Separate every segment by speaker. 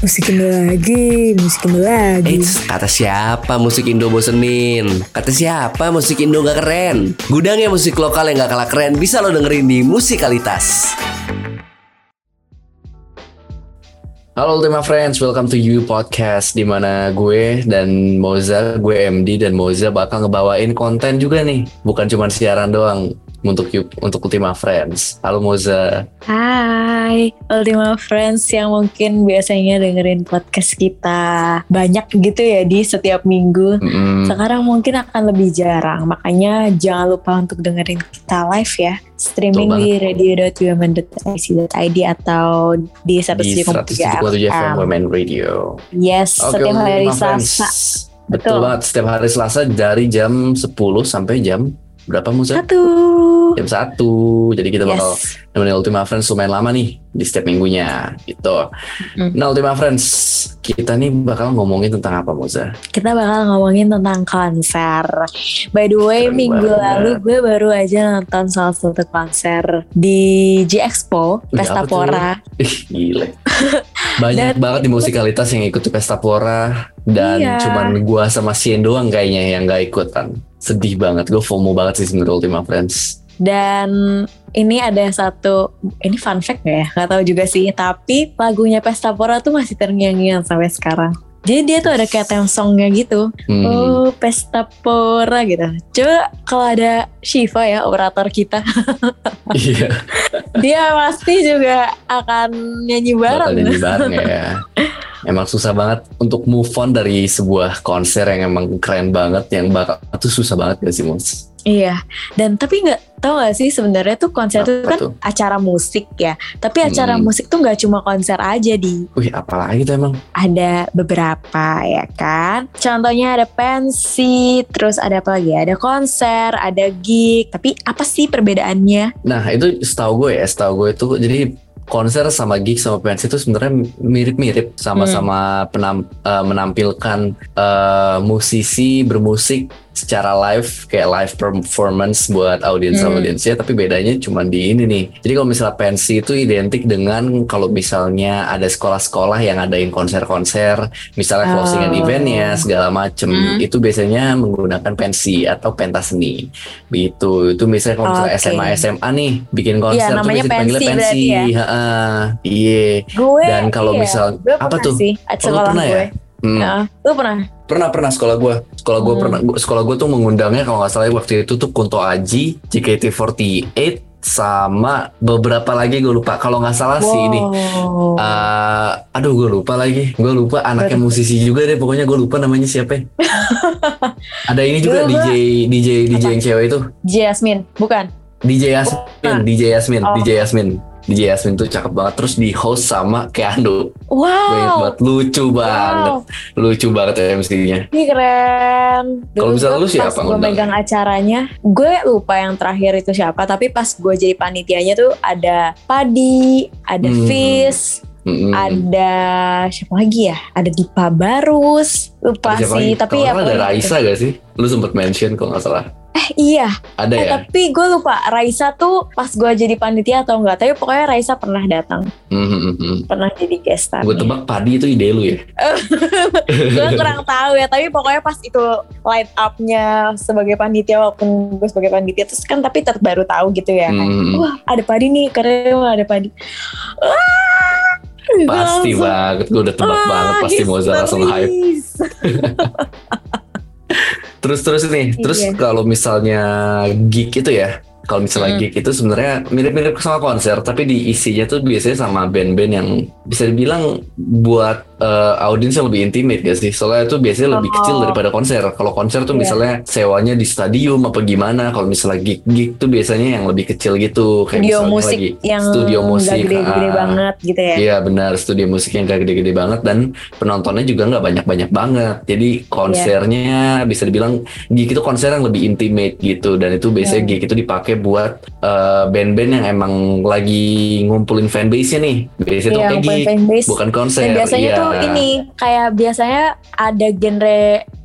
Speaker 1: musik Indo lagi, musik Indo lagi.
Speaker 2: Eits, kata siapa musik Indo bosenin? Kata siapa musik Indo gak keren? Gudangnya musik lokal yang gak kalah keren bisa lo dengerin di Musikalitas.
Speaker 3: Halo Ultima Friends, welcome to You Podcast di mana gue dan Moza, gue MD dan Moza bakal ngebawain konten juga nih, bukan cuma siaran doang untuk You untuk Ultima Friends. Halo Moza.
Speaker 1: Hai, Ultima Friends yang mungkin biasanya dengerin podcast kita banyak gitu ya di setiap minggu.
Speaker 3: Mm-mm.
Speaker 1: Sekarang mungkin akan lebih jarang, makanya jangan lupa untuk dengerin kita live ya. Streaming
Speaker 3: Betul
Speaker 1: di radio.women.ic.id atau di
Speaker 3: Di 107.3
Speaker 1: 107.3
Speaker 3: FM
Speaker 1: FM.
Speaker 3: Women Radio.
Speaker 1: Yes, setiap
Speaker 3: Ultima
Speaker 1: hari
Speaker 3: Friends.
Speaker 1: Selasa.
Speaker 3: Betul
Speaker 1: Betul.
Speaker 3: banget, setiap hari Selasa dari jam 10 sampai jam berapa Moza?
Speaker 1: Satu.
Speaker 3: Jam 1. Jadi kita bakal
Speaker 1: Yes.
Speaker 3: nemenin Ultima Friends lumayan lama nih di setiap minggunya gitu.
Speaker 1: Mm.
Speaker 3: Nah Ultima Friends, kita nih bakal ngomongin tentang apa Moza?
Speaker 1: kita bakal ngomongin tentang konser. By the way,
Speaker 3: Keren
Speaker 1: minggu
Speaker 3: banget.
Speaker 1: lalu gue baru aja nonton salah satu konser di G Expo,
Speaker 3: Wih,
Speaker 1: Pesta
Speaker 3: apa tuh?
Speaker 1: Pora.
Speaker 3: Ih gile. Banyak
Speaker 1: Dan-
Speaker 3: banget di musikalitas yang ikut di Pesta Pora dan
Speaker 1: Iya.
Speaker 3: cuman gua sama Sien doang kayaknya yang gak ikutan. Sedih banget, gue FOMO banget sih sebenernya Ultima Friends.
Speaker 1: Dan ini ada satu, ini fun fact gak ya? Gak tahu juga sih, tapi lagunya Pesta Pora tuh masih terngiang-ngiang sampai sekarang. Jadi dia tuh ada kayak theme songnya gitu.
Speaker 3: Hmm.
Speaker 1: Oh, Pesta Pora gitu. Coba kalau ada Shiva ya, operator kita.
Speaker 3: Iya,
Speaker 1: dia pasti juga akan nyanyi
Speaker 3: bakal
Speaker 1: bareng.
Speaker 3: nyanyi bareng ya. Emang susah banget untuk move on dari sebuah konser yang emang keren banget yang bakal itu susah banget gak sih Mons?
Speaker 1: Iya, dan tapi nggak tahu nggak sih sebenarnya tuh konser itu
Speaker 3: Apa
Speaker 1: kan
Speaker 3: tuh?
Speaker 1: acara musik ya. Tapi acara
Speaker 3: Hmm.
Speaker 1: musik tuh nggak cuma konser aja di
Speaker 3: Wih, apalagi tuh emang?
Speaker 1: ada beberapa ya kan. Contohnya ada pensi, terus ada apa lagi? ya? Ada konser, ada gig. Tapi apa sih perbedaannya?
Speaker 3: Nah itu setahu gue ya, setahu gue itu jadi konser sama gig sama pensi itu sebenarnya
Speaker 1: Hmm.
Speaker 3: mirip-mirip sama-sama penam- eh, menampilkan eh, musisi bermusik secara live kayak live performance buat audiens
Speaker 1: Hmm.
Speaker 3: audiensnya tapi bedanya cuma di ini nih jadi kalau misalnya pensi itu identik dengan kalau misalnya ada sekolah-sekolah yang adain konser-konser misalnya
Speaker 1: Oh.
Speaker 3: closingan eventnya segala macem
Speaker 1: Hmm.
Speaker 3: itu biasanya menggunakan pensi atau pentas seni gitu itu misalnya kalau misalnya
Speaker 1: Oke.
Speaker 3: SMA SMA nih bikin konser
Speaker 1: Iya,
Speaker 3: tuh
Speaker 1: namanya
Speaker 3: biasanya dipanggilnya
Speaker 1: pensi berarti
Speaker 3: pensi
Speaker 1: ya.
Speaker 3: Heeh. iya
Speaker 1: Gue
Speaker 3: Dan kalau
Speaker 1: iya,
Speaker 3: misal-
Speaker 1: gue
Speaker 3: apa
Speaker 1: pernah
Speaker 3: tuh?
Speaker 1: Sih, at
Speaker 3: Oh, lu
Speaker 1: sekolah
Speaker 3: pernah
Speaker 1: gue.
Speaker 3: ya Hmm.
Speaker 1: Nah, lu pernah?
Speaker 3: pernah pernah sekolah gue sekolah gue
Speaker 1: Hmm.
Speaker 3: pernah gua- sekolah gue tuh mengundangnya kalau nggak salah ya, waktu itu tuh Kunto Aji JKT48 sama beberapa lagi gue lupa kalau nggak salah sih ini
Speaker 1: Wow.
Speaker 3: Eh, aduh gue lupa lagi gue lupa anaknya musisi juga deh pokoknya gue lupa namanya siapa ya. ada ini juga
Speaker 1: Gua-
Speaker 3: DJ DJ DJ yang cewek itu
Speaker 1: Jasmine, bukan?
Speaker 3: DJ Yasmin
Speaker 1: Nah.
Speaker 3: DJ Yasmin
Speaker 1: Oh.
Speaker 3: DJ Yasmin DJ Yasmin tuh cakep banget terus di host sama Keanu Gue inget
Speaker 1: Wow.
Speaker 3: banget lucu banget
Speaker 1: Wow,
Speaker 3: lucu banget MC-nya
Speaker 1: ini keren.
Speaker 3: Kalau
Speaker 1: Dulu
Speaker 3: misalnya
Speaker 1: gua
Speaker 3: lu siapa
Speaker 1: Pas gue
Speaker 3: ngundang?
Speaker 1: megang acaranya, gue lupa yang terakhir itu siapa. Tapi pas gue jadi panitianya tuh ada Padi, ada
Speaker 3: Hmm.
Speaker 1: Fis,
Speaker 3: Mm-mm.
Speaker 1: ada siapa lagi ya? Ada Dipa Barus, lupa
Speaker 3: Ada siapa
Speaker 1: sih.
Speaker 3: lagi?
Speaker 1: Tapi
Speaker 3: Kalau
Speaker 1: ya
Speaker 3: nggak salah ada
Speaker 1: pokoknya
Speaker 3: Raisa gak sih lu sempet mention kalau nggak salah
Speaker 1: Eh iya,
Speaker 3: ada
Speaker 1: Eh,
Speaker 3: ya
Speaker 1: tapi gue lupa Raisa tuh pas gue jadi panitia atau enggak. Tapi pokoknya Raisa pernah datang,
Speaker 3: Mm-mm-mm.
Speaker 1: pernah jadi guest star.
Speaker 3: gue Mm-hmm, tebak Padi itu ide lu ya
Speaker 1: gue kurang tahu ya tapi pokoknya pas itu light up-nya sebagai panitia walaupun gue sebagai panitia terus kan tapi ter- baru tahu gitu ya kan
Speaker 3: Mm-mm.
Speaker 1: wah ada padi nih keren wah ada padi Wah, gue
Speaker 3: pasti
Speaker 1: langsung,
Speaker 3: banget gue udah tebak
Speaker 1: "Wah,
Speaker 3: banget pasti Moza langsung hype
Speaker 1: histeris.
Speaker 3: Terus terus nih, terus
Speaker 1: Iya.
Speaker 3: kalau misalnya gig itu ya, kalau misalnya
Speaker 1: Mm.
Speaker 3: gig itu sebenarnya mirip-mirip sama konser, tapi diisinya tuh biasanya sama band-band yang bisa dibilang buat eh, audiens yang lebih intimate gak sih? Soalnya itu biasanya lebih
Speaker 1: Oh.
Speaker 3: kecil daripada konser. Kalau konser tuh
Speaker 1: Iya.
Speaker 3: misalnya sewanya di stadium apa gimana, kalau misalnya gig-gig tuh biasanya yang lebih kecil gitu, kayak
Speaker 1: studio
Speaker 3: misalnya
Speaker 1: musik
Speaker 3: lagi
Speaker 1: yang
Speaker 3: studio
Speaker 1: nggak
Speaker 3: musik,
Speaker 1: gede-gede
Speaker 3: ah.
Speaker 1: banget gitu ya
Speaker 3: Iya benar studio musiknya gak gede-gede banget dan penontonnya juga nggak banyak-banyak banget. Jadi konsernya bisa dibilang gig itu konser yang lebih intimate gitu dan itu biasanya
Speaker 1: Hmm.
Speaker 3: gig itu dipakai buat eh, band-band yang emang lagi ngumpulin fanbase-nya nih. Biasanya
Speaker 1: Iya,
Speaker 3: tuh
Speaker 1: bukan
Speaker 3: kayak gig Iya.
Speaker 1: fanbase.
Speaker 3: bukan konser.
Speaker 1: Dan biasanya
Speaker 3: iya.
Speaker 1: tuh ini kayak biasanya ada genre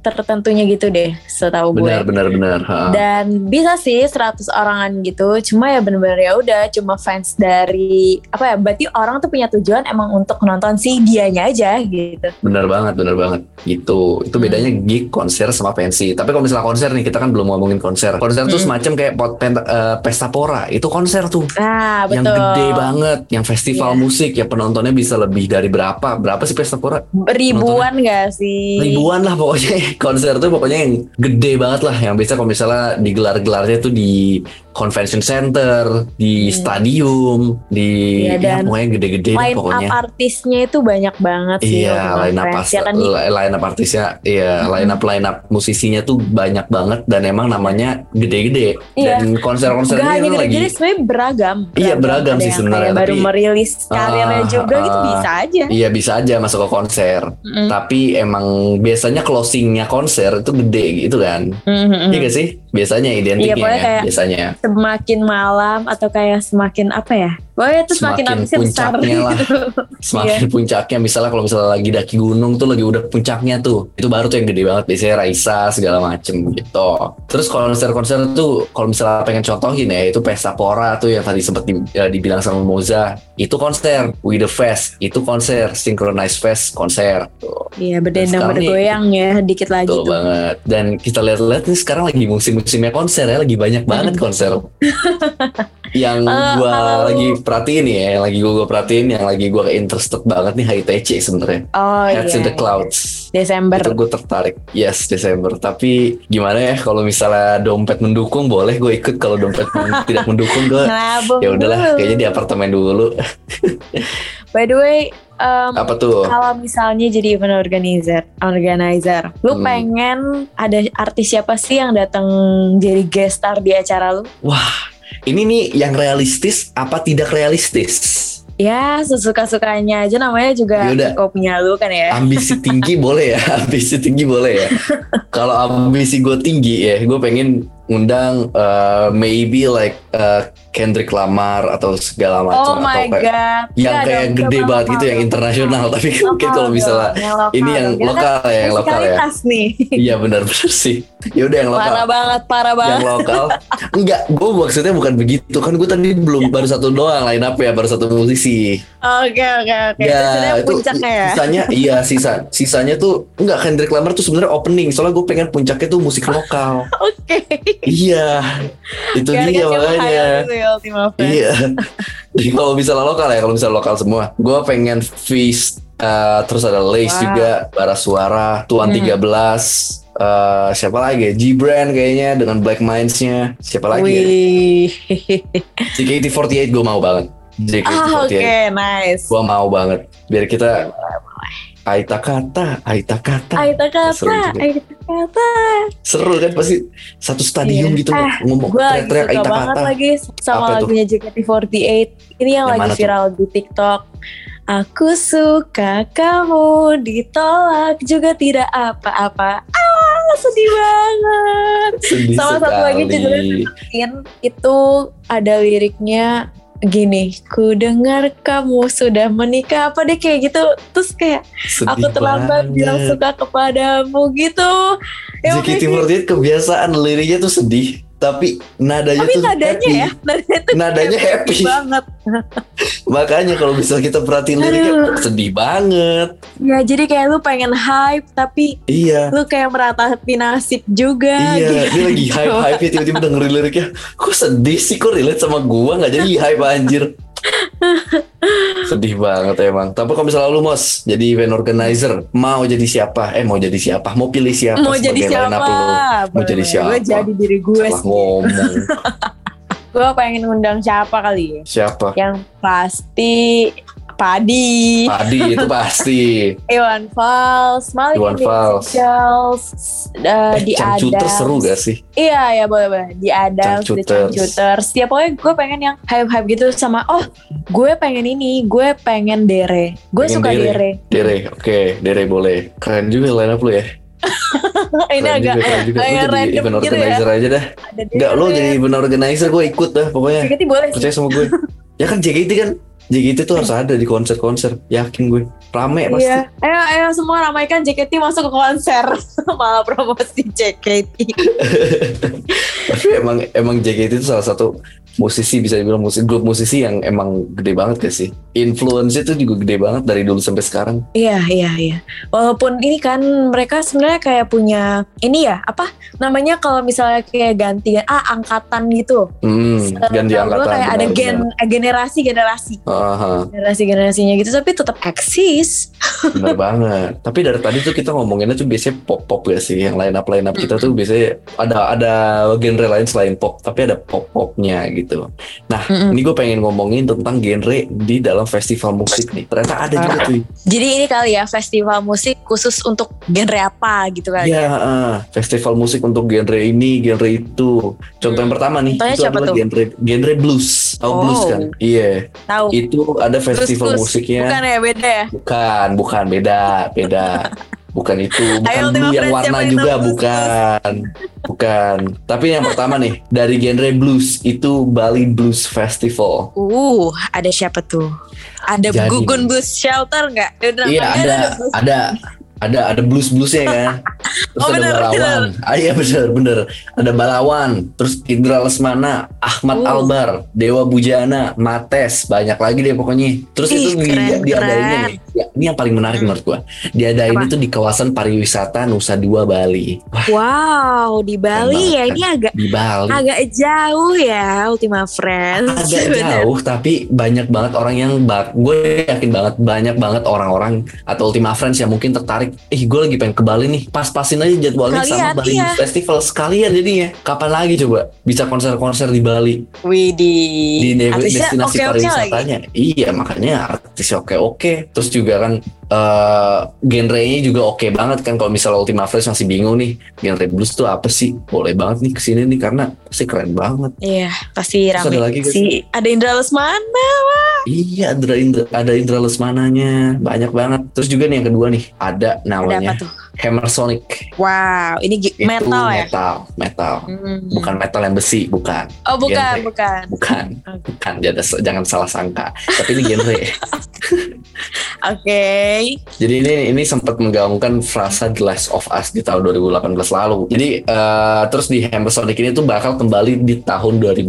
Speaker 1: tertentunya gitu deh setahu gue
Speaker 3: benar benar benar ha.
Speaker 1: dan bisa sih 100 orangan gitu cuma ya bener-bener ya udah cuma fans dari apa ya berarti orang tuh punya tujuan emang untuk nonton si dianya aja gitu
Speaker 3: benar banget benar banget gitu itu
Speaker 1: Hmm.
Speaker 3: bedanya gig konser sama pensi tapi kalau misalnya konser nih kita kan belum ngomongin konser konser tuh
Speaker 1: Hmm.
Speaker 3: semacam kayak pot, pen, eh, pesta pora itu konser tuh
Speaker 1: nah betul
Speaker 3: yang gede banget, yang festival
Speaker 1: Iya.
Speaker 3: musik, ya penontonnya bisa lebih dari berapa? Berapa sih pesta pora?
Speaker 1: ribuan gak sih
Speaker 3: Ribuan lah pokoknya konser tuh pokoknya yang gede banget lah, yang biasa kalau misalnya digelar-gelarnya tuh di convention center,
Speaker 1: Hmm.
Speaker 3: di stadium, di
Speaker 1: Iya,
Speaker 3: ya,
Speaker 1: dan
Speaker 3: pokoknya gede-gede lah
Speaker 1: line up
Speaker 3: pokoknya.
Speaker 1: artisnya itu banyak banget sih
Speaker 3: Iya,
Speaker 1: waktu
Speaker 3: line up
Speaker 1: konferensi.
Speaker 3: pas,
Speaker 1: Ya kan Gi?
Speaker 3: li- line up artisnya, iya,
Speaker 1: Mm-mm.
Speaker 3: line up line up musisinya tuh banyak banget dan emang namanya gede-gede.
Speaker 1: Iya.
Speaker 3: Dan konser-konser
Speaker 1: Gak
Speaker 3: ini
Speaker 1: hanya
Speaker 3: kan
Speaker 1: gede-gede
Speaker 3: lagi
Speaker 1: sebenarnya beragam.
Speaker 3: Iya, beragam
Speaker 1: Ada
Speaker 3: sih
Speaker 1: yang
Speaker 3: sebenarnya,
Speaker 1: kayak baru
Speaker 3: tapi-
Speaker 1: merilis karirnya
Speaker 3: Ah,
Speaker 1: juga gitu
Speaker 3: ah.
Speaker 1: bisa aja.
Speaker 3: Iya bisa aja masuk ke konser.
Speaker 1: Mm,
Speaker 3: tapi emang biasanya closingnya konser itu gede gitu kan
Speaker 1: mm, mm, mm.
Speaker 3: iya gak sih biasanya
Speaker 1: Iya,
Speaker 3: identiknya
Speaker 1: pokoknya
Speaker 3: ya,
Speaker 1: kayak-
Speaker 3: biasanya
Speaker 1: Semakin malam atau kayak semakin apa ya? Pokoknya itu semakin
Speaker 3: Semakin
Speaker 1: abisnya besar
Speaker 3: puncaknya lah.
Speaker 1: gitu.
Speaker 3: semakin puncaknya misalnya kalau misalnya lagi daki gunung tuh lagi udah puncaknya tuh itu baru tuh yang gede banget biasanya Raisa segala macem gitu terus konser-konser tuh kalau misalnya pengen contohin ya itu Pesta Pora tuh yang tadi sempat di- ya, dibilang sama Moza itu konser We The Fest itu konser Synchronized Fest konser tuh.
Speaker 1: Iya, berdendang
Speaker 3: Sekarang nih-
Speaker 1: bergoyang ya dikit lagi
Speaker 3: Betul
Speaker 1: tuh.
Speaker 3: banget. Dan kita lihat-lihat nih sekarang lagi musim-musimnya konser ya, lagi banyak banget konser. yang
Speaker 1: Eh,
Speaker 3: gua
Speaker 1: kalau-
Speaker 3: lagi perhatiin ya, yang lagi gua, gua perhatiin, yang lagi gua interested banget nih HITC sebenarnya.
Speaker 1: Oh iya.
Speaker 3: Heads in the
Speaker 1: iya.
Speaker 3: Clouds.
Speaker 1: Desember.
Speaker 3: Itu gue tertarik. Yes, Desember. Tapi gimana ya kalau misalnya dompet mendukung boleh gue ikut kalau dompet men- tidak mendukung gue
Speaker 1: Nabung
Speaker 3: ya udahlah
Speaker 1: dulu.
Speaker 3: kayaknya di apartemen dulu.
Speaker 1: By the way, em,
Speaker 3: Apa tuh?
Speaker 1: kalau misalnya jadi event organizer, organizer, lu
Speaker 3: Hmm.
Speaker 1: pengen ada artis siapa sih yang datang jadi guest star di acara lu?
Speaker 3: Ini nih yang realistis apa tidak realistis?
Speaker 1: Ya, sesuka-sukanya aja namanya juga
Speaker 3: Yaudah.
Speaker 1: kok punya lu kan ya.
Speaker 3: ambisi tinggi boleh ya ambisi tinggi boleh ya kalau ambisi gue tinggi ya gue pengen ngundang uh, maybe like uh, Kendrick Lamar atau segala
Speaker 1: Oh
Speaker 3: macam atau
Speaker 1: my
Speaker 3: kayak-
Speaker 1: god.
Speaker 3: yang
Speaker 1: Nggak
Speaker 3: kayak
Speaker 1: dong,
Speaker 3: gede
Speaker 1: nggak
Speaker 3: banget gitu
Speaker 1: lokal
Speaker 3: yang
Speaker 1: dong.
Speaker 3: internasional tapi
Speaker 1: Lokal
Speaker 3: mungkin kalau
Speaker 1: dong,
Speaker 3: misalnya
Speaker 1: lokal
Speaker 3: ini yang
Speaker 1: dong. Kita kan
Speaker 3: lokal ya yang lokal ya
Speaker 1: musikalitas nih.
Speaker 3: iya benar-benar sih yaudah yang lokal
Speaker 1: Parah banget, parah banget.
Speaker 3: yang lokal enggak gue maksudnya bukan begitu kan gue tadi
Speaker 1: Iya.
Speaker 3: belum baru satu doang line up ya baru satu musisi
Speaker 1: Oh, Oke, oke, oke. Itu
Speaker 3: Ya,
Speaker 1: sebenarnya
Speaker 3: itu
Speaker 1: puncaknya ya.
Speaker 3: sisanya iya sisa sisanya tuh enggak Kendrick Lamar tuh sebenarnya opening soalnya gue pengen puncaknya tuh musik lokal
Speaker 1: Oke.
Speaker 3: iya itu
Speaker 1: Biar
Speaker 3: dia
Speaker 1: kan dia
Speaker 3: makanya
Speaker 1: meng-highlight itu ya, Ultima Friends.
Speaker 3: iya Jadi kalau misalnya lokal ya kalau misalnya lokal semua gue pengen feast eh, terus ada Lace
Speaker 1: Wow.
Speaker 3: juga Bara Suara Tuan
Speaker 1: Hmm.
Speaker 3: 13 eh, siapa lagi ya? Gibran kayaknya dengan Black Minds-nya siapa lagi ya?
Speaker 1: Wih.
Speaker 3: JKT48 gue mau banget JKT48
Speaker 1: Ah, oke, nice.
Speaker 3: Gua mau banget biar kita Aita kata, Aita kata,
Speaker 1: Aita
Speaker 3: Seru
Speaker 1: kata,
Speaker 3: juga.
Speaker 1: Aita kata.
Speaker 3: seru kan pasti satu stadium
Speaker 1: Iya.
Speaker 3: gitu
Speaker 1: Eh,
Speaker 3: ngomong
Speaker 1: Gue lagi
Speaker 3: teriak-teriak
Speaker 1: suka
Speaker 3: Aita
Speaker 1: banget
Speaker 3: kata.
Speaker 1: lagi
Speaker 3: Apa
Speaker 1: sama
Speaker 3: itu?
Speaker 1: lagunya JKT48. Ini yang,
Speaker 3: Yang
Speaker 1: lagi
Speaker 3: mana tuh?
Speaker 1: viral di TikTok. Aku suka kamu ditolak juga tidak apa-apa. Ah, sedih banget.
Speaker 3: Sedih
Speaker 1: Sama satu lagi
Speaker 3: sekali.
Speaker 1: judulnya Mungkin itu ada liriknya gini, ku dengar kamu sudah menikah apa deh kayak gitu. Terus kayak
Speaker 3: Sedih
Speaker 1: aku terlambat
Speaker 3: banget.
Speaker 1: bilang suka kepadamu gitu. Ya, makanya-
Speaker 3: JKT48 kebiasaan liriknya tuh sedih, tapi nadanya
Speaker 1: tapi
Speaker 3: tuh
Speaker 1: nadanya
Speaker 3: happy.
Speaker 1: ya, nadanya tuh
Speaker 3: Nadanya happy.
Speaker 1: banget.
Speaker 3: Makanya kalau bisa kita perhatiin liriknya
Speaker 1: Aduh.
Speaker 3: sedih banget.
Speaker 1: Ya jadi kayak lu pengen hype tapi
Speaker 3: Iya.
Speaker 1: lu kayak meratapi nasib juga. gitu.
Speaker 3: Iya, dia lagi hype hype ya tiba-tiba dengerin liriknya. Kok sedih sih, kok relate sama gua nggak jadi hype anjir. sedih banget emang. Tapi kalau misalnya lu mos jadi event organizer, mau jadi siapa? Eh mau jadi siapa? Mau pilih siapa?
Speaker 1: Mau
Speaker 3: sebagai
Speaker 1: jadi
Speaker 3: line
Speaker 1: siapa?
Speaker 3: up lu? Mau
Speaker 1: Boleh,
Speaker 3: jadi
Speaker 1: boleh.
Speaker 3: siapa?
Speaker 1: Gue jadi diri gue
Speaker 3: Salah
Speaker 1: sih.
Speaker 3: ngomong
Speaker 1: Gue pengen undang siapa kali ya?
Speaker 3: siapa?
Speaker 1: Yang pasti Padi,
Speaker 3: Padi itu pasti.
Speaker 1: Iwan Fals, Malik
Speaker 3: Iwan
Speaker 1: Indonesia
Speaker 3: Fals.
Speaker 1: Charles, eh, di
Speaker 3: Cangcuter
Speaker 1: Adams.
Speaker 3: seru gak sih?
Speaker 1: Iya, ya boleh boleh. Di Adams, di
Speaker 3: Cangcuters.
Speaker 1: Cangcuters. Ya pokoknya gue pengen yang hype-hype gitu sama oh gue pengen ini, gue pengen Dere. Gue
Speaker 3: Pengen
Speaker 1: suka
Speaker 3: Dere.
Speaker 1: Dere.
Speaker 3: Dere, oke, Dere boleh. Keren juga line up lu ya.
Speaker 1: ini
Speaker 3: Keren
Speaker 1: agak
Speaker 3: juga, keren juga. Lu
Speaker 1: agak
Speaker 3: jadi
Speaker 1: random
Speaker 3: event
Speaker 1: gitu ya.
Speaker 3: organizer aja dah.
Speaker 1: ada Dere.
Speaker 3: Enggak, lu jadi event organizer gue ikut dah pokoknya.
Speaker 1: JKT boleh sih.
Speaker 3: percaya sama gue ya kan JKT kan Jadi itu tuh harus ada di konser-konser, yakin gue. Rame pasti.
Speaker 1: Iya. Ayo, ayo semua ramaikan JKT masuk ke konser. Malah promosi JKT.
Speaker 3: Tapi emang emang JKT itu salah satu musisi bisa dibilang musik grup musisi yang emang gede banget gak sih? Influence itu juga gede banget dari dulu sampai sekarang.
Speaker 1: Iya, iya, iya. Walaupun ini kan mereka sebenarnya kayak punya ini ya, apa namanya kalau misalnya kayak ganti ah angkatan gitu.
Speaker 3: Hmm,
Speaker 1: Setahu
Speaker 3: ganti
Speaker 1: gue
Speaker 3: angkatan.
Speaker 1: kayak ada
Speaker 3: benar,
Speaker 1: gen eh,
Speaker 3: benar.
Speaker 1: generasi generasi
Speaker 3: Aha,
Speaker 1: generasi generasinya gitu tapi tetap eksis
Speaker 3: benar banget. Tapi dari tadi tuh kita ngomonginnya tuh biasanya pop pop gak sih? Yang line up line up kita tuh biasanya ada ada genre lain selain pop, tapi ada pop popnya gitu. Ini gue pengen ngomongin tentang genre di dalam festival musik nih. Ternyata
Speaker 1: Ah,
Speaker 3: ada juga tuh.
Speaker 1: jadi ini kali ya festival musik khusus untuk genre apa gitu kali
Speaker 3: Ya, ah, festival musik untuk genre ini, genre itu. Contoh yang pertama nih,
Speaker 1: Hmm. Contohnya
Speaker 3: itu
Speaker 1: siapa
Speaker 3: adalah
Speaker 1: tuh?
Speaker 3: genre genre blues. Tahu
Speaker 1: Oh.
Speaker 3: blues kan? Iya,
Speaker 1: tahu
Speaker 3: itu ada festival
Speaker 1: Terus-terus.
Speaker 3: musiknya.
Speaker 1: bukan ya beda ya
Speaker 3: Bukan, bukan beda, beda. Bukan itu, bukan
Speaker 1: Ayo,
Speaker 3: blue
Speaker 1: Ultima
Speaker 3: yang
Speaker 1: Friends,
Speaker 3: warna
Speaker 1: siapa yang
Speaker 3: juga,
Speaker 1: tahu blues,
Speaker 3: bukan, bukan. Tapi yang pertama nih dari genre blues itu Bali Blues Festival.
Speaker 1: uh ada siapa tuh ada
Speaker 3: Jadi-
Speaker 1: gugun bus shelter nggak Udah,
Speaker 3: Iya
Speaker 1: namanya
Speaker 3: ada,
Speaker 1: Gugun Bus.
Speaker 3: ada, ada, ada blues bluesnya kan. Terus
Speaker 1: Oh,
Speaker 3: ada
Speaker 1: bener,
Speaker 3: Balawan, ah, iya bener bener. Ada Balawan, terus Indra Lesmana, Ahmad
Speaker 1: Uh.
Speaker 3: Albar, Dewa Bujana, Mates, banyak lagi deh pokoknya. Terus
Speaker 1: Ih,
Speaker 3: itu di,
Speaker 1: keren,
Speaker 3: diadainnya nih, ya, ini yang paling menarik
Speaker 1: Hmm.
Speaker 3: menurut gua. Diadain
Speaker 1: Apa?
Speaker 3: itu di kawasan pariwisata Nusa Dua Bali. Wah,
Speaker 1: wow di Bali
Speaker 3: banget
Speaker 1: ya
Speaker 3: kan.
Speaker 1: ini agak
Speaker 3: di Bali.
Speaker 1: agak jauh ya Ultima Friends
Speaker 3: agak
Speaker 1: Bener.
Speaker 3: jauh tapi banyak banget orang yang bak gue yakin banget banyak banget orang-orang atau Ultima Friends yang mungkin tertarik ih gue lagi pengen ke Bali nih pas-pasin aja jadwalnya sama
Speaker 1: Sekalian,
Speaker 3: Bali
Speaker 1: iya.
Speaker 3: Youth Festival sekalian jadinya kapan lagi coba bisa konser-konser di Bali
Speaker 1: Widih
Speaker 3: di ne-
Speaker 1: Iya, Artisnya
Speaker 3: destinasi
Speaker 1: oke-oke lagi
Speaker 3: pariwisatanya iya makanya artis oke-oke terus juga kan eh, genrenya juga oke banget kan kalau misalnya Ultima Friends masih bingung nih genre blues tuh apa sih boleh banget nih kesini nih karena pasti keren banget
Speaker 1: Iya pasti
Speaker 3: Terus
Speaker 1: rame
Speaker 3: ada lagi gak
Speaker 1: sih Ada Indra Lesmana
Speaker 3: Iya, ada Indra, ada Indra Lesmananya, banyak banget. Terus juga nih yang kedua nih, ada
Speaker 1: Ada apa
Speaker 3: namanya
Speaker 1: tuh
Speaker 3: Hammer Sonic.
Speaker 1: Wow ini gi-
Speaker 3: Itu
Speaker 1: metal ya
Speaker 3: metal, metal.
Speaker 1: Hmm.
Speaker 3: Bukan metal yang besi, bukan,
Speaker 1: Oh bukan,
Speaker 3: genre.
Speaker 1: bukan.
Speaker 3: bukan,
Speaker 1: Oke.
Speaker 3: bukan. Jangan, jangan salah sangka. Tapi ini genre.
Speaker 1: Oke.
Speaker 3: Jadi ini ini sempat menggaungkan frasa The Last of Us di tahun 2018 lalu. Jadi eh, terus di Hammer Sonic ini tuh bakal kembali di tahun 2020.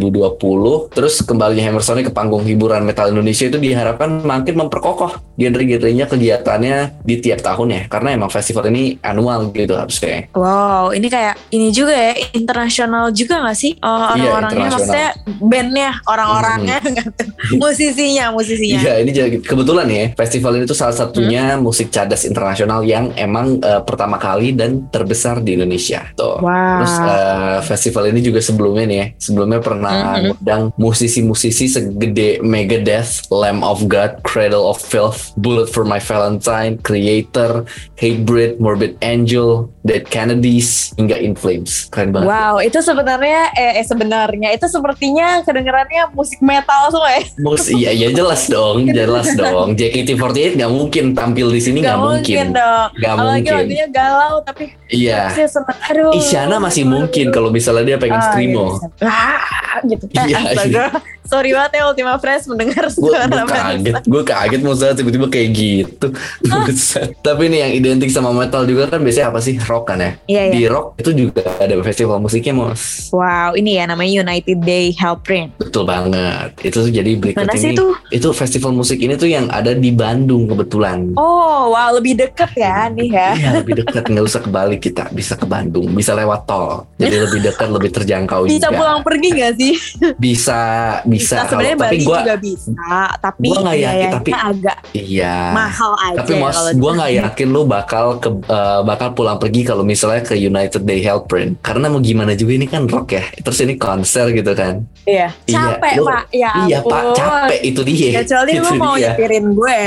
Speaker 3: Terus kembalinya Hammer Sonic ke panggung hiburan metal Indonesia itu diharapkan makin memperkokoh genre-genrenya kegiatannya di tiap tahunnya. Karena emang festival ini anual gitu harusnya.
Speaker 1: Wow, ini kayak ini juga ya internasional juga gak sih Oh, orang-orangnya?
Speaker 3: Iya, internasional. Hmm.
Speaker 1: maksudnya bandnya, orang-orangnya, nggak tuh. musisinya, musisinya.
Speaker 3: Iya, ini jadi kebetulan ya. Festival ini tuh salah satunya musik cadas internasional yang emang eh, pertama kali dan terbesar di Indonesia. Tuh.
Speaker 1: Wow.
Speaker 3: Terus eh, festival ini juga sebelumnya nih ya, sebelumnya pernah
Speaker 1: Mhm.
Speaker 3: ngundang musisi-musisi segede Megadeth, Lamb of God, Cradle of Filth, Bullet for My Valentine, Creator, Hatebreed, Morbid Angel, Dead Kennedys, hingga In Flames. Keren banget.
Speaker 1: Wow, itu sebenarnya eh, eh, sebenarnya itu sepertinya kedengarannya musik metal semua ya.
Speaker 3: Mus- iya, iya jelas dong, jelas dong. JKT48 nggak mungkin tampil di sini, nggak
Speaker 1: Nggak
Speaker 3: mungkin.
Speaker 1: dong.
Speaker 3: Nggak
Speaker 1: Apalagi
Speaker 3: mungkin.
Speaker 1: lagunya galau tapi
Speaker 3: Iya.
Speaker 1: saya seneng. Aduh.
Speaker 3: Isyana masih
Speaker 1: aduh.
Speaker 3: mungkin kalau misalnya dia pengen
Speaker 1: Ah,
Speaker 3: screamo.
Speaker 1: iya, bisa. Ah, gitu. Eh,
Speaker 3: Iya,
Speaker 1: astaga. Sorry banget ya Ultima Friends mendengar
Speaker 3: gue
Speaker 1: suara
Speaker 3: kaget gue kaget maksudnya tiba-tiba kayak gitu Buset. tapi ini yang identik sama metal juga kan biasanya apa sih rock kan ya
Speaker 1: Iya, iya.
Speaker 3: di rock itu juga ada festival musiknya mos
Speaker 1: Wow, ini ya namanya United Day Hellprint.
Speaker 3: betul banget itu tuh jadi berikut
Speaker 1: Mana
Speaker 3: ini
Speaker 1: sih itu?
Speaker 3: itu festival musik ini tuh yang ada di Bandung kebetulan
Speaker 1: Oh, wow, lebih deket ya nih ya.
Speaker 3: Iya lebih dekat nggak usah ke Bali kita bisa ke Bandung bisa lewat tol jadi lebih dekat lebih terjangkau
Speaker 1: Bisa
Speaker 3: juga
Speaker 1: pulang pergi gak sih?
Speaker 3: bisa bisa, kalau-
Speaker 1: sebenarnya
Speaker 3: tapi
Speaker 1: Bali
Speaker 3: gue
Speaker 1: juga bisa, tapi
Speaker 3: gua nggak yakin,
Speaker 1: biayanya
Speaker 3: tapi-
Speaker 1: agak
Speaker 3: iya
Speaker 1: mahal aja. ya
Speaker 3: Tapi Mas,
Speaker 1: kalau- gitu.
Speaker 3: gue nggak yakin lo bakal ke eh, bakal pulang pergi kalau misalnya ke United Day Hellprint. Karena mau gimana juga ini kan rock ya. Terus ini konser gitu kan.
Speaker 1: Iya.
Speaker 3: Iya,
Speaker 1: Capek,
Speaker 3: lu-
Speaker 1: Pak. Ya
Speaker 3: iya
Speaker 1: ampun.
Speaker 3: Pak, capek iya. itu dia.
Speaker 1: Kecuali
Speaker 3: itu
Speaker 1: lu mau
Speaker 3: dia.
Speaker 1: nyetirin gue.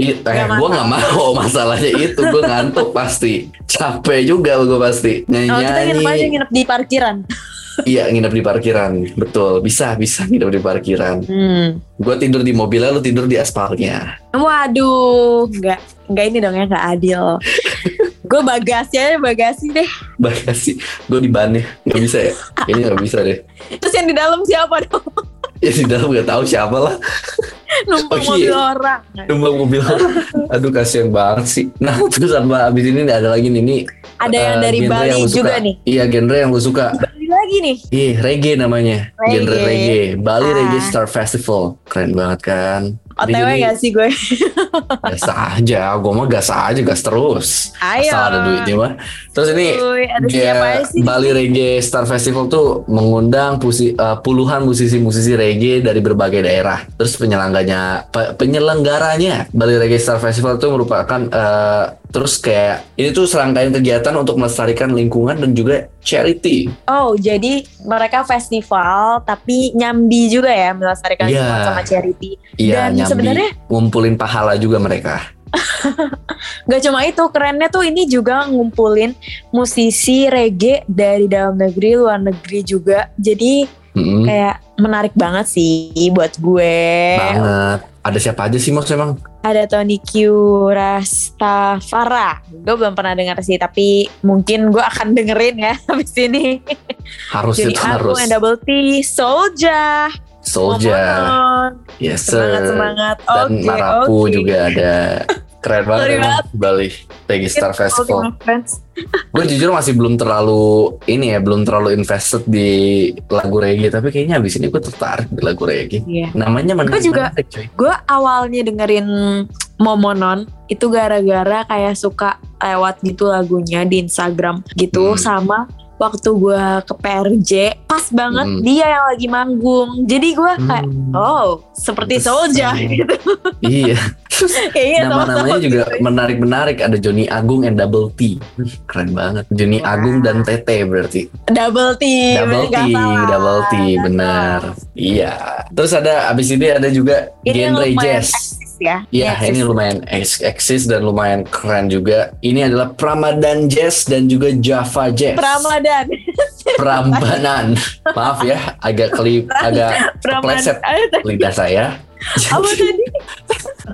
Speaker 3: I- eh,
Speaker 1: nggak
Speaker 3: gue nggak mau masalahnya itu. Gue ngantuk pasti. Capek juga gue pasti. Nyanyi,
Speaker 1: Kalau Oh, kita nginep aja gitu. nginep di parkiran.
Speaker 3: iya nginep di parkiran. Betul, bisa bisa nginep di parkiran. Gue tidur di mobilnya, lo tidur di aspalnya.
Speaker 1: Waduh, nggak nggak ini dong ya nggak adil. gue bagasi aja bagasi deh.
Speaker 3: Bagasi, gue di bannya nggak bisa ya. Ini nggak bisa deh.
Speaker 1: Terus yang di dalam siapa dong?
Speaker 3: ya di dalam nggak tahu siapa lah
Speaker 1: numpang
Speaker 3: Oh,
Speaker 1: mobil
Speaker 3: iya.
Speaker 1: orang.
Speaker 3: numpang mobil orang. aduh kasihan banget sih nah terus sama abis ini ada lagi nih ini
Speaker 1: Ada yang
Speaker 3: eh,
Speaker 1: dari
Speaker 3: genre
Speaker 1: Bali
Speaker 3: yang lu suka.
Speaker 1: juga nih.
Speaker 3: iya genre yang lu suka
Speaker 1: Bali lagi nih.
Speaker 3: Iya, reggae namanya. Genre
Speaker 1: Reggae.
Speaker 3: reggae.
Speaker 1: Ah.
Speaker 3: Bali Reggae Star Festival. Keren banget kan?
Speaker 1: OTW
Speaker 3: Jadi-
Speaker 1: gak sih gue?
Speaker 3: Gas aja, gue mah gas aja, gas terus.
Speaker 1: Ayo.
Speaker 3: Asal ada duitnya mah. Terus ini
Speaker 1: Uy, ada
Speaker 3: dia-
Speaker 1: siapa aja sih?
Speaker 3: Iya, Bali Reggae Star Festival tuh mengundang pusi- eh, puluhan musisi-musisi reggae dari berbagai daerah. Terus penyelenggaranya, pe- penyelenggaranya Bali Reggae Star Festival tuh merupakan eh, terus kayak ini tuh serangkaian kegiatan untuk melestarikan lingkungan dan juga charity.
Speaker 1: Oh, jadi mereka festival tapi nyambi juga ya melestarikan
Speaker 3: Iya.
Speaker 1: lingkungan sama charity.
Speaker 3: Iya,
Speaker 1: Dan
Speaker 3: nyambi
Speaker 1: sebenarnya-
Speaker 3: ngumpulin pahala juga mereka.
Speaker 1: Gak cuma itu, kerennya tuh ini juga ngumpulin musisi reggae dari dalam negeri, luar negeri juga. Jadi
Speaker 3: Mm-mm.
Speaker 1: kayak menarik banget sih buat gue.
Speaker 3: banget. Ada siapa aja sih Mas emang?
Speaker 1: Ada Tony Q, Rastafara. Gue belum pernah dengar sih, tapi mungkin gue akan dengerin ya habis ini.
Speaker 3: Harus
Speaker 1: Jadi
Speaker 3: itu
Speaker 1: aku
Speaker 3: harus.
Speaker 1: and double T, Soulja,
Speaker 3: Soldier.
Speaker 1: Momon.
Speaker 3: Yes sir.
Speaker 1: semangat semangat.
Speaker 3: Dan
Speaker 1: Oke,
Speaker 3: Marapu
Speaker 1: oke.
Speaker 3: juga ada. Keren banget
Speaker 1: Sorry
Speaker 3: emang Bali. Peggy Star
Speaker 1: Oke, my
Speaker 3: Festival.
Speaker 1: friends.
Speaker 3: Gue jujur masih belum terlalu ini ya, belum terlalu invested di lagu reggae. Tapi kayaknya abis ini gue tertarik di lagu reggae.
Speaker 1: Iya.
Speaker 3: Namanya menarik.
Speaker 1: Gua juga.
Speaker 3: menarik, cuy.
Speaker 1: gue awalnya dengerin Momonon itu gara-gara kayak suka lewat gitu lagunya di Instagram gitu
Speaker 3: Hmm.
Speaker 1: sama waktu gue ke PRJ pas banget
Speaker 3: Hmm.
Speaker 1: dia yang lagi manggung jadi gue kayak
Speaker 3: Hmm.
Speaker 1: oh seperti Soulja
Speaker 3: Pantesan.
Speaker 1: gitu
Speaker 3: Iya.
Speaker 1: kayaknya
Speaker 3: Nama-namanya
Speaker 1: sama-sama
Speaker 3: juga
Speaker 1: gitu.
Speaker 3: menarik-menarik. Ada Joni Agung and Double T. Ih, Keren banget. Joni
Speaker 1: Wah.
Speaker 3: Agung dan Tete berarti.
Speaker 1: double T
Speaker 3: Double
Speaker 1: bener
Speaker 3: T,
Speaker 1: nggak salah.
Speaker 3: double T,
Speaker 1: Nggak
Speaker 3: benar.
Speaker 1: salah.
Speaker 3: Iya. Terus ada abis ini ada juga
Speaker 1: ini
Speaker 3: genre
Speaker 1: lumayan
Speaker 3: jazz.
Speaker 1: eksis ya
Speaker 3: Iya,
Speaker 1: eksis.
Speaker 3: ini lumayan ex- eksis dan lumayan keren juga. Ini adalah Pramadan Jazz dan juga Java Jazz.
Speaker 1: Pramadan
Speaker 3: Prambanan. Maaf ya, agak kelip, agak
Speaker 1: Pramadan
Speaker 3: kepleset lidah saya.
Speaker 1: apa tadi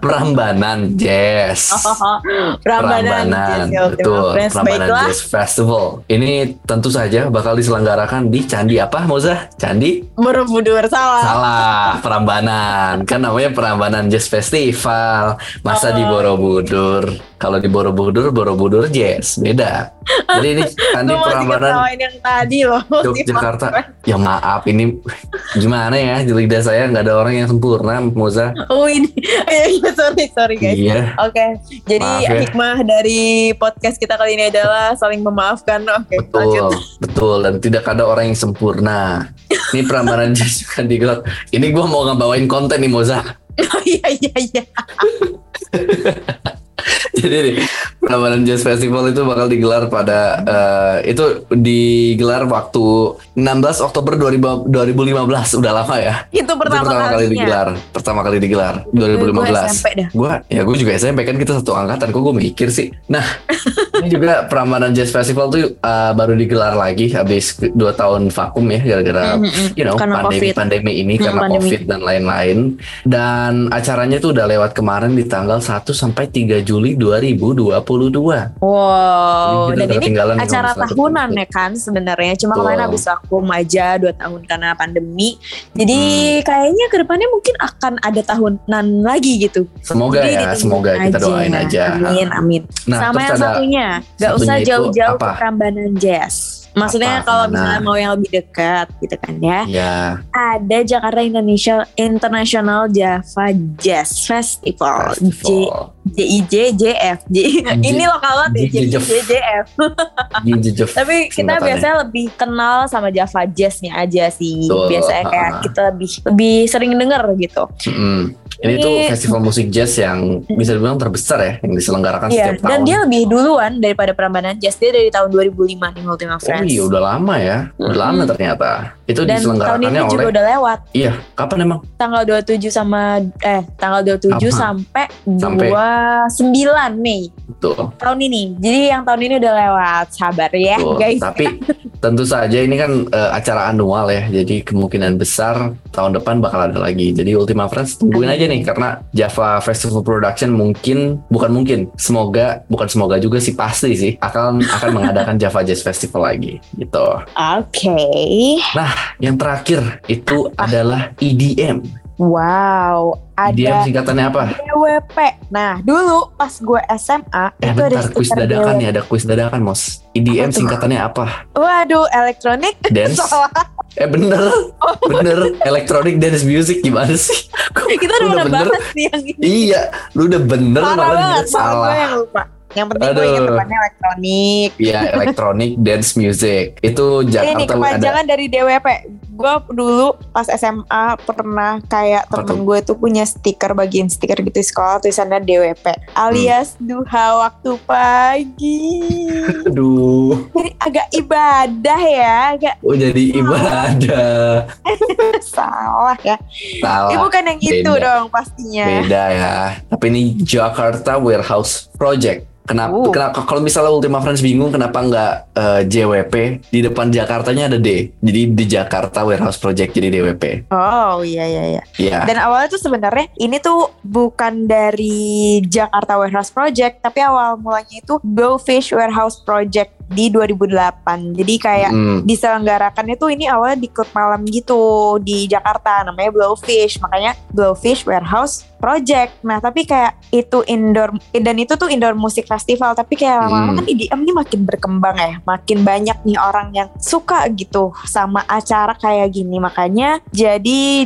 Speaker 3: Prambanan Jazz.
Speaker 1: Oh, Prambanan,
Speaker 3: Prambanan,
Speaker 1: Jazz, ya,
Speaker 3: betul.
Speaker 1: Friends.
Speaker 3: Prambanan
Speaker 1: Baiklah.
Speaker 3: Jazz Festival. Ini tentu saja bakal diselenggarakan di Candi apa, Moza? Candi
Speaker 1: Borobudur salah.
Speaker 3: Salah, Prambanan. Kan namanya Prambanan Jazz Festival. Masa di Borobudur? Kalau di Borobudur, Borobudur Jazz. Beda. Jadi ini Candi
Speaker 1: Lu masih
Speaker 3: Prambanan
Speaker 1: ketawain yang tadi loh.
Speaker 3: Yogyakarta. Ya maaf, ini gimana ya? Di lidah saya nggak ada orang yang sempurna, Moza.
Speaker 1: Oh ini, Iya, sorry sorry guys.
Speaker 3: Iya,
Speaker 1: Oke, jadi
Speaker 3: Maaf ya.
Speaker 1: hikmah dari podcast kita kali ini adalah saling memaafkan. Oke, lanjut.
Speaker 3: betul. Betul, dan tidak ada orang yang sempurna. Ini Prambanan Jazz juga digelar. Ini gua mau ngebawain konten nih, Moza.
Speaker 1: Oh iya iya iya.
Speaker 3: Jadi nih, Prambanan Jazz Festival itu bakal digelar pada eh, itu digelar waktu 16 Oktober 2000 2015 udah lama ya.
Speaker 1: Itu
Speaker 3: Itu
Speaker 1: pertama, kalinya.
Speaker 3: kali digelar, pertama kali digelar
Speaker 1: Gue
Speaker 3: 2015.
Speaker 1: SMP dah.
Speaker 3: Gua ya gue juga SMP kan kita satu angkatan kok gue mikir sih. Nah, ini juga Prambanan Jazz Festival tuh eh, baru digelar lagi habis 2 tahun vakum ya gara-gara
Speaker 1: Mm-mm.
Speaker 3: you know
Speaker 1: Karena
Speaker 3: pandemi
Speaker 1: COVID.
Speaker 3: pandemi ini
Speaker 1: Hmm,
Speaker 3: karena
Speaker 1: pandemi.
Speaker 3: covid dan lain-lain dan acaranya tuh udah lewat kemarin di tanggal 1 sampai 3 Juli 2022
Speaker 1: Wow, dan Oh,
Speaker 3: Jadi kita
Speaker 1: ini
Speaker 3: ketinggalan nih
Speaker 1: acara
Speaker 3: kalau misalnya
Speaker 1: tahunan
Speaker 3: ketemu.
Speaker 1: ya kan sebenarnya. Cuma
Speaker 3: Betul.
Speaker 1: kemarin habis vakum aja dua tahun karena pandemi. Jadi
Speaker 3: Hmm.
Speaker 1: kayaknya kedepannya mungkin akan ada tahunan lagi gitu.
Speaker 3: semoga
Speaker 1: Jadi
Speaker 3: ya
Speaker 1: ditunggu
Speaker 3: semoga kita doain aja
Speaker 1: Amin amin.
Speaker 3: nah
Speaker 1: Sama yang
Speaker 3: terus ada
Speaker 1: satunya, nggak
Speaker 3: satunya
Speaker 1: usah
Speaker 3: itu
Speaker 1: jauh-jauh ke
Speaker 3: apa?
Speaker 1: Prambanan Jazz. Maksudnya
Speaker 3: Apa?
Speaker 1: kalau
Speaker 3: Mana?
Speaker 1: misalnya mau yang lebih dekat gitu kan ya.
Speaker 3: ya
Speaker 1: Ada Jakarta Indonesia International Java Jazz Festival. J
Speaker 3: festival
Speaker 1: J I J J F J. Ini lokal banget
Speaker 3: J-
Speaker 1: ya J
Speaker 3: J-
Speaker 1: J J F.
Speaker 3: Jijijef.
Speaker 1: Tapi kita
Speaker 3: Singkatannya.
Speaker 1: biasanya lebih kenal sama Java Jazznya aja sih.
Speaker 3: Betul, Ah.
Speaker 1: Biasanya kayak
Speaker 3: ha-ha.
Speaker 1: kita lebih lebih sering denger gitu.
Speaker 3: Mm-mm. ini tuh
Speaker 1: Ini-
Speaker 3: festival musik jazz yang bisa dibilang terbesar ya yang diselenggarakan
Speaker 1: Iya. Dan
Speaker 3: setiap tahun Oh,
Speaker 1: dia lebih duluan daripada Prambanan Jazz. Dia dari tahun 2005 nih Ultima
Speaker 3: Oh
Speaker 1: Friends.
Speaker 3: iya udah lama ya, udah lama
Speaker 1: Mm-mm.
Speaker 3: ternyata. Itu
Speaker 1: Dan tahun ini
Speaker 3: diselenggarakannya
Speaker 1: juga
Speaker 3: oleh
Speaker 1: udah lewat
Speaker 3: iya kapan emang?
Speaker 1: tanggal 27 sama eh tanggal 27
Speaker 3: Apa?
Speaker 1: sampai
Speaker 3: Sampai.
Speaker 1: 29 Mei
Speaker 3: Betul.
Speaker 1: tahun ini. Jadi yang tahun ini udah lewat. Sabar ya
Speaker 3: Betul.
Speaker 1: guys.
Speaker 3: Tapi Tentu saja ini kan eh, acara annual ya, jadi kemungkinan besar tahun depan bakal ada lagi. Jadi Ultima Friends tungguin aja nih karena Java Festival Production mungkin bukan mungkin, semoga bukan semoga juga sih pasti sih akan akan mengadakan Java Jazz Festival lagi gitu.
Speaker 1: Oke.
Speaker 3: Yang terakhir itu adalah E EDM.
Speaker 1: Wow. Ada
Speaker 3: EDM E singkatannya apa?
Speaker 1: DWP. Nah, dulu pas gue SMA
Speaker 3: Eh
Speaker 1: itu ada
Speaker 3: bentar, kuis
Speaker 1: stiker
Speaker 3: dadakan
Speaker 1: DWP.
Speaker 3: nih, ada kuis dadakan, Mos.
Speaker 1: Apa
Speaker 3: EDM
Speaker 1: tuh?
Speaker 3: singkatannya apa?
Speaker 1: Waduh, elektronik.
Speaker 3: Dance?
Speaker 1: Salah.
Speaker 3: Eh bener,
Speaker 1: Oh.
Speaker 3: bener. Electronic Dance Music gimana sih? Kok
Speaker 1: Kita udah
Speaker 3: udah
Speaker 1: pernah
Speaker 3: bener?
Speaker 1: bahas nih yang ini.
Speaker 3: Iya, lu udah bener
Speaker 1: Parah
Speaker 3: malah
Speaker 1: banget,
Speaker 3: bilang
Speaker 1: parah
Speaker 3: salah.
Speaker 1: gue yang lupa. Yang penting gue
Speaker 3: Aduh.
Speaker 1: ingat depannya elektronik.
Speaker 3: Iya, electronic dance music. Itu
Speaker 1: ini
Speaker 3: Jakarta ada
Speaker 1: kepanjangan dari DWP. Gue dulu pas SMA pernah kayak
Speaker 3: Apa
Speaker 1: temen
Speaker 3: tuh?
Speaker 1: gue tuh punya stiker bagiin stiker gitu di sekolah tulisannya
Speaker 3: Hmm.
Speaker 1: DWP alias duha waktu pagi.
Speaker 3: aduh.
Speaker 1: Jadi agak ibadah ya, agak
Speaker 3: Oh jadi ibadah.
Speaker 1: salah ya. Eh,
Speaker 3: Salah.
Speaker 1: bukan yang itu
Speaker 3: beda.
Speaker 1: dong pastinya.
Speaker 3: Beda ya. Tapi ini Jakarta Warehouse Project. Kenapa?
Speaker 1: Uh.
Speaker 3: kenapa- kalau misalnya Ultima Friends bingung kenapa nggak eh, JWP di depan Jakartanya ada D. Jadi di Jakarta Warehouse Project jadi DWP.
Speaker 1: Oh iya iya iya.
Speaker 3: Iya.
Speaker 1: Dan awalnya tuh sebenarnya ini tuh bukan dari Jakarta Warehouse Project, tapi awal mulanya itu Blowfish Warehouse Project di 2008. Jadi kayak
Speaker 3: Mm.
Speaker 1: diselenggarakannya tuh ini awalnya di klub malam gitu di Jakarta namanya Blowfish makanya Blowfish Warehouse Project nah tapi kayak itu indoor dan itu tuh indoor musik festival tapi kayak lama-lama
Speaker 3: Hmm.
Speaker 1: kan IDM ini makin berkembang ya makin banyak nih orang yang suka gitu sama acara kayak gini makanya jadi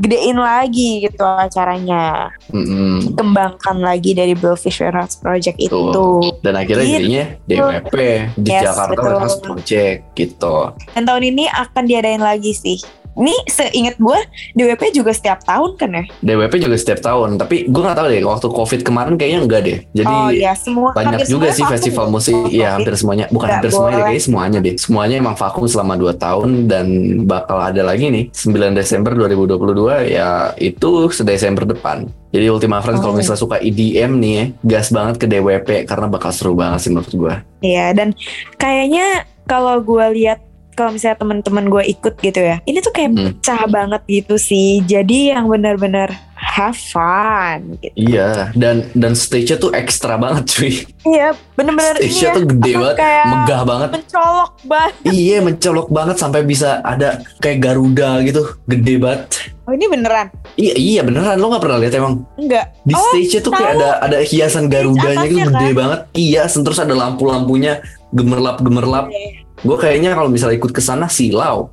Speaker 1: digedein lagi gitu acaranya
Speaker 3: Mm-mm.
Speaker 1: kembangkan lagi dari Blowfish Warehouse Project itu
Speaker 3: Tuh. Dan akhirnya
Speaker 1: Gitu.
Speaker 3: jadinya DWP di
Speaker 1: Yes,
Speaker 3: Jakarta
Speaker 1: betul.
Speaker 3: Warehouse Project gitu.
Speaker 1: Dan tahun ini akan diadain lagi sih. Ini seingat gue DWP juga setiap tahun kan ya?
Speaker 3: DWP juga setiap tahun, tapi gue nggak tahu deh waktu COVID kemarin kayaknya enggak deh. Jadi
Speaker 1: oh ya semua
Speaker 3: banyak
Speaker 1: hampir semuanya
Speaker 3: juga sih
Speaker 1: vakum
Speaker 3: festival
Speaker 1: deh.
Speaker 3: musik,
Speaker 1: Semua
Speaker 3: ya
Speaker 1: vakum.
Speaker 3: hampir semuanya, bukan
Speaker 1: Nggak
Speaker 3: hampir semuanya deh,
Speaker 1: boleh.
Speaker 3: kayaknya semuanya deh. Semuanya emang vakum selama 2 tahun dan bakal ada lagi nih 9 Desember 2022 ya itu Desember depan. Jadi Ultima Friends kalau
Speaker 1: Oh.
Speaker 3: misalnya suka EDM nih ya, gas banget ke DWP karena bakal seru banget sih menurut gue.
Speaker 1: Iya dan kayaknya kalau gue lihat kalau misalnya teman-teman gue ikut gitu ya, ini tuh kayak
Speaker 3: Hmm.
Speaker 1: pecah banget gitu sih. Jadi yang benar-benar have fun. Gitu.
Speaker 3: Iya, dan dan stage-nya tuh ekstra banget cuy.
Speaker 1: Iya benar-benar ini
Speaker 3: Stage-nya
Speaker 1: ya
Speaker 3: tuh gede
Speaker 1: apa
Speaker 3: banget,
Speaker 1: kayak
Speaker 3: megah banget.
Speaker 1: mencolok banget.
Speaker 3: Iya mencolok banget sampai bisa ada kayak Garuda gitu gede banget.
Speaker 1: Oh ini beneran?
Speaker 3: Iya iya beneran lo nggak pernah lihat emang
Speaker 1: Enggak.
Speaker 3: di
Speaker 1: Oh,
Speaker 3: stage-nya tuh kayak
Speaker 1: tahu.
Speaker 3: ada ada
Speaker 1: Stage
Speaker 3: hiasan Garudanya gitu
Speaker 1: atasnya
Speaker 3: gede
Speaker 1: kan?
Speaker 3: banget. Iya sen- terus ada lampu lampunya gemerlap gemerlap. Gue kayaknya kalau misalnya ikut ke sana silau.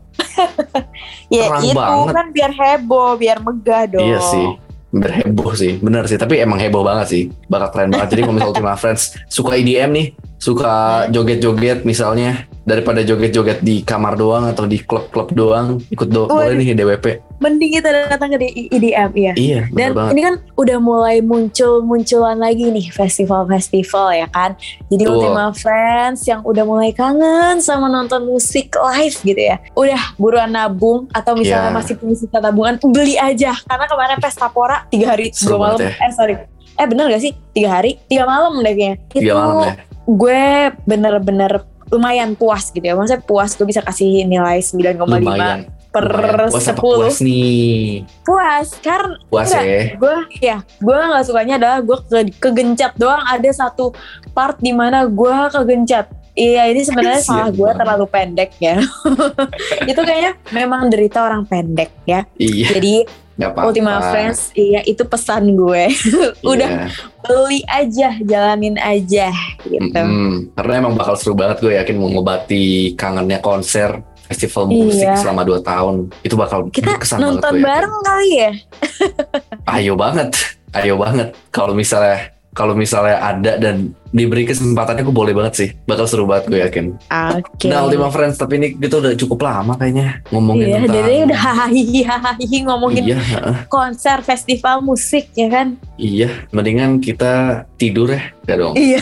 Speaker 1: Ya
Speaker 3: terang
Speaker 1: itu
Speaker 3: banget.
Speaker 1: kan biar heboh, biar megah dong.
Speaker 3: Iya sih berheboh sih bener sih tapi emang heboh banget sih bakal keren banget jadi kalau misalnya Ultima Friends suka EDM nih suka joget-joget misalnya daripada joget-joget di kamar doang atau di klub-klub doang ikut do
Speaker 1: Waduh.
Speaker 3: boleh nih DWP
Speaker 1: Mending kita datang ke D- IDM ya.
Speaker 3: iya
Speaker 1: Dan
Speaker 3: bener banget
Speaker 1: ini kan udah mulai muncul-munculan lagi nih festival-festival ya kan. Jadi
Speaker 3: Betul.
Speaker 1: Ultima Friends yang udah mulai kangen sama nonton musik live gitu ya. Udah buruan nabung atau misalnya
Speaker 3: Iya.
Speaker 1: masih punya sisa tabungan beli aja karena kemarin pesta pora tiga hari dua
Speaker 3: Seru
Speaker 1: malam.
Speaker 3: banget ya.
Speaker 1: Eh sorry. Eh bener gak sih tiga hari tiga malam deh kayaknya.
Speaker 3: tiga
Speaker 1: Itu
Speaker 3: malam ya
Speaker 1: gue bener-bener lumayan puas gitu ya. Maksudnya puas gue bisa kasih nilai 9,5
Speaker 3: lumayan
Speaker 1: per
Speaker 3: lumayan. puas
Speaker 1: 10.
Speaker 3: apa puas nih
Speaker 1: Puas karena
Speaker 3: puas
Speaker 1: Enggak.
Speaker 3: ya
Speaker 1: gue ya gue nggak sukanya adalah gue ke- kegencet doang ada satu part di mana gue kegencet iya ini sebenarnya
Speaker 3: Kasian
Speaker 1: salah gue
Speaker 3: banget.
Speaker 1: terlalu pendek ya itu kayaknya memang derita orang pendek ya
Speaker 3: iya
Speaker 1: jadi
Speaker 3: nggak apa-apa
Speaker 1: Ultima Friends iya itu pesan gue udah
Speaker 3: Iya.
Speaker 1: beli aja jalanin aja gitu
Speaker 3: Mm-mm. karena emang bakal seru banget gue yakin mengobati kangennya konser festival musik
Speaker 1: Iya.
Speaker 3: selama 2 tahun itu bakal
Speaker 1: kita
Speaker 3: berkesan banget,
Speaker 1: nonton
Speaker 3: gue yakin.
Speaker 1: bareng kali ya
Speaker 3: ayo banget ayo banget kalau misalnya kalau misalnya ada dan diberi kesempatannya gue boleh banget sih bakal seru banget gue yakin
Speaker 1: oke
Speaker 3: nah Ultima Friends tapi ini kita udah cukup lama kayaknya ngomongin
Speaker 1: Iya,
Speaker 3: tentang
Speaker 1: dari udah hahihi hahihi ngomongin
Speaker 3: iya heeh.
Speaker 1: konser festival musik ya kan
Speaker 3: iya mendingan kita tidur ya gak dong
Speaker 1: Iya.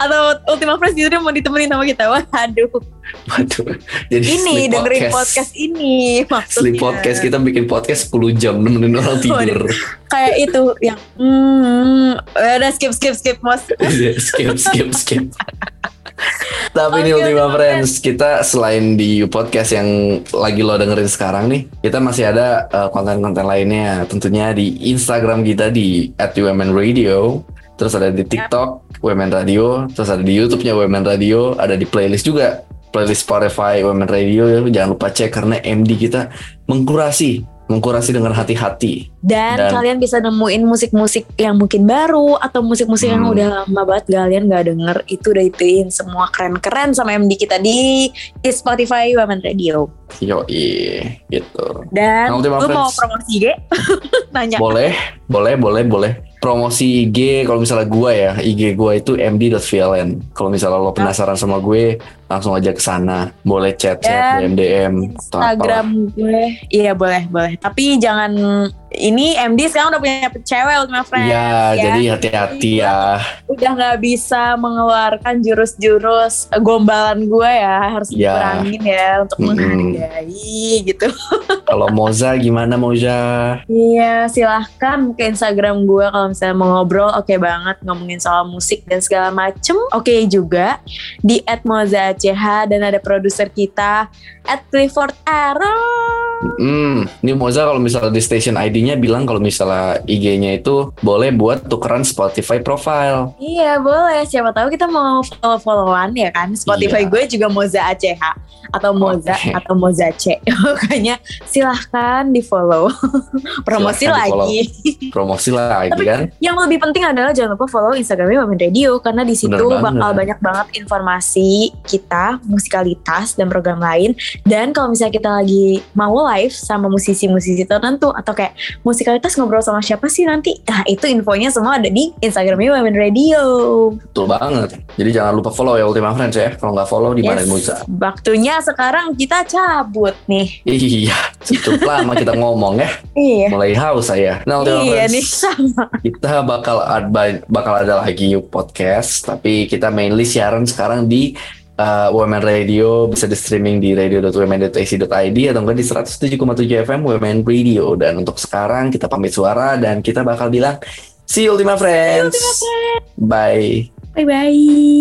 Speaker 1: Atau Ultima Friends justru mau ditemenin sama kita. Waduh.
Speaker 3: Waduh. Jadi
Speaker 1: Ini
Speaker 3: Iya, sleep
Speaker 1: dengerin podcast ini maksudnya.
Speaker 3: Sleep podcast gitu. kita bikin podcast 10 jam nemenin orang tidur.
Speaker 1: Kayak itu yang
Speaker 3: Iya,
Speaker 1: hmm, udah skip skip skip Mas.
Speaker 3: skip skip skip. Tapi ini
Speaker 1: Oke,
Speaker 3: Ultima
Speaker 1: Ultima
Speaker 3: Friends kita selain di podcast yang lagi lo dengerin sekarang nih, kita masih ada uh, konten-konten lainnya. Tentunya di Instagram kita di @womenradio, terus ada di TikTok Women Radio, terus ada di YouTube-nya Women Radio, ada di playlist juga playlist Spotify Women Radio. Jangan lupa cek karena MD kita mengkurasi, mengkurasi dengan hati-hati.
Speaker 1: Dan,
Speaker 3: Dan-
Speaker 1: kalian bisa nemuin musik-musik yang mungkin baru atau musik-musik yang
Speaker 3: Hmm.
Speaker 1: udah lama banget kalian nggak denger itu udah ituin semua keren-keren sama MD kita di, di Spotify Women Radio.
Speaker 3: Yoi, gitu.
Speaker 1: Dan
Speaker 3: Nah, Ultima
Speaker 1: lu mau
Speaker 3: Friends.
Speaker 1: promosi IG? Nanya.
Speaker 3: Boleh, boleh, boleh, boleh. Promosi IG kalau misalnya gua ya, IG gua itu md.vln. Kalau misalnya
Speaker 1: Ah.
Speaker 3: lo penasaran sama gue, langsung aja ke sana. Boleh chat, chat,
Speaker 1: Dan
Speaker 3: DM, DM,
Speaker 1: Ya.
Speaker 3: atau apalah.
Speaker 1: Instagram gue. Iya boleh, boleh. Tapi jangan ini MD sekarang udah punya cewek Ultima Friends.
Speaker 3: Iya,
Speaker 1: ya.
Speaker 3: jadi hati-hati ya.
Speaker 1: udah nggak bisa mengeluarkan jurus-jurus gombalan gue ya harus
Speaker 3: Ya.
Speaker 1: dikurangin ya untuk
Speaker 3: Mm-mm.
Speaker 1: menghargai gitu.
Speaker 3: Kalau Moza gimana Moza?
Speaker 1: Iya, silahkan ke Instagram gue kalau misalnya mau ngobrol, oke banget ngomongin soal musik dan segala macem, oke juga di @moza_ch dan ada produser kita at Clifford Arrow.
Speaker 3: Hmm, ini Moza kalau misalnya di station ID-nya bilang kalau misalnya IG-nya itu boleh buat tukeran Spotify profile.
Speaker 1: Iya boleh, siapa tahu kita mau follow-followan ya kan Spotify
Speaker 3: Iya.
Speaker 1: gue juga Moza ACH atau Moza
Speaker 3: Oke.
Speaker 1: atau Moza C Makanya silahkan di follow Promosi
Speaker 3: Silahkan di-follow.
Speaker 1: lagi
Speaker 3: Promosi lagi
Speaker 1: Tapi-
Speaker 3: kan?
Speaker 1: Yang lebih penting adalah jangan lupa follow Instagramnya Women Radio karena di situ
Speaker 3: Bener banget.
Speaker 1: bakal banyak banget informasi kita, musikalitas dan program lain. Dan kalau misalnya kita lagi mau live sama musisi-musisi tertentu atau kayak musikalitas ngobrol sama siapa sih nanti, nah itu infonya semua ada di Instagramnya Women Radio.
Speaker 3: Betul banget. Jadi jangan lupa follow ya Ultima Friends ya. Kalau nggak follow di mana
Speaker 1: Yes,
Speaker 3: Moza?
Speaker 1: Waktunya sekarang kita cabut nih.
Speaker 3: Iya, cukup lama kita ngomong ya.
Speaker 1: Iya.
Speaker 3: Mulai haus saya. Nah, Ultima
Speaker 1: Iya
Speaker 3: Friends,
Speaker 1: nih sama.
Speaker 3: kita bakal ad- ba- bakal ada lagi podcast, tapi kita mainly siaran sekarang di uh, Women Radio bisa di streaming di radio.women.ac.id atau enggak di 107,7 FM Women Radio. Dan untuk sekarang kita pamit suara dan kita bakal bilang see you Ultima Friends. Bye.
Speaker 1: Bye bye.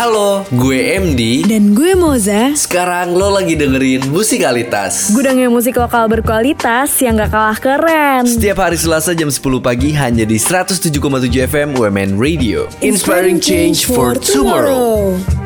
Speaker 2: Halo, gue MD.
Speaker 4: Dan gue Moza,
Speaker 2: Sekarang lo lagi dengerin musikalitas.
Speaker 4: gudangnya musik lokal berkualitas yang gak kalah keren.
Speaker 2: Setiap hari Selasa jam 10 pagi hanya di 107,7 FM Women Radio. Inspiring change for tomorrow.
Speaker 4: tomorrow.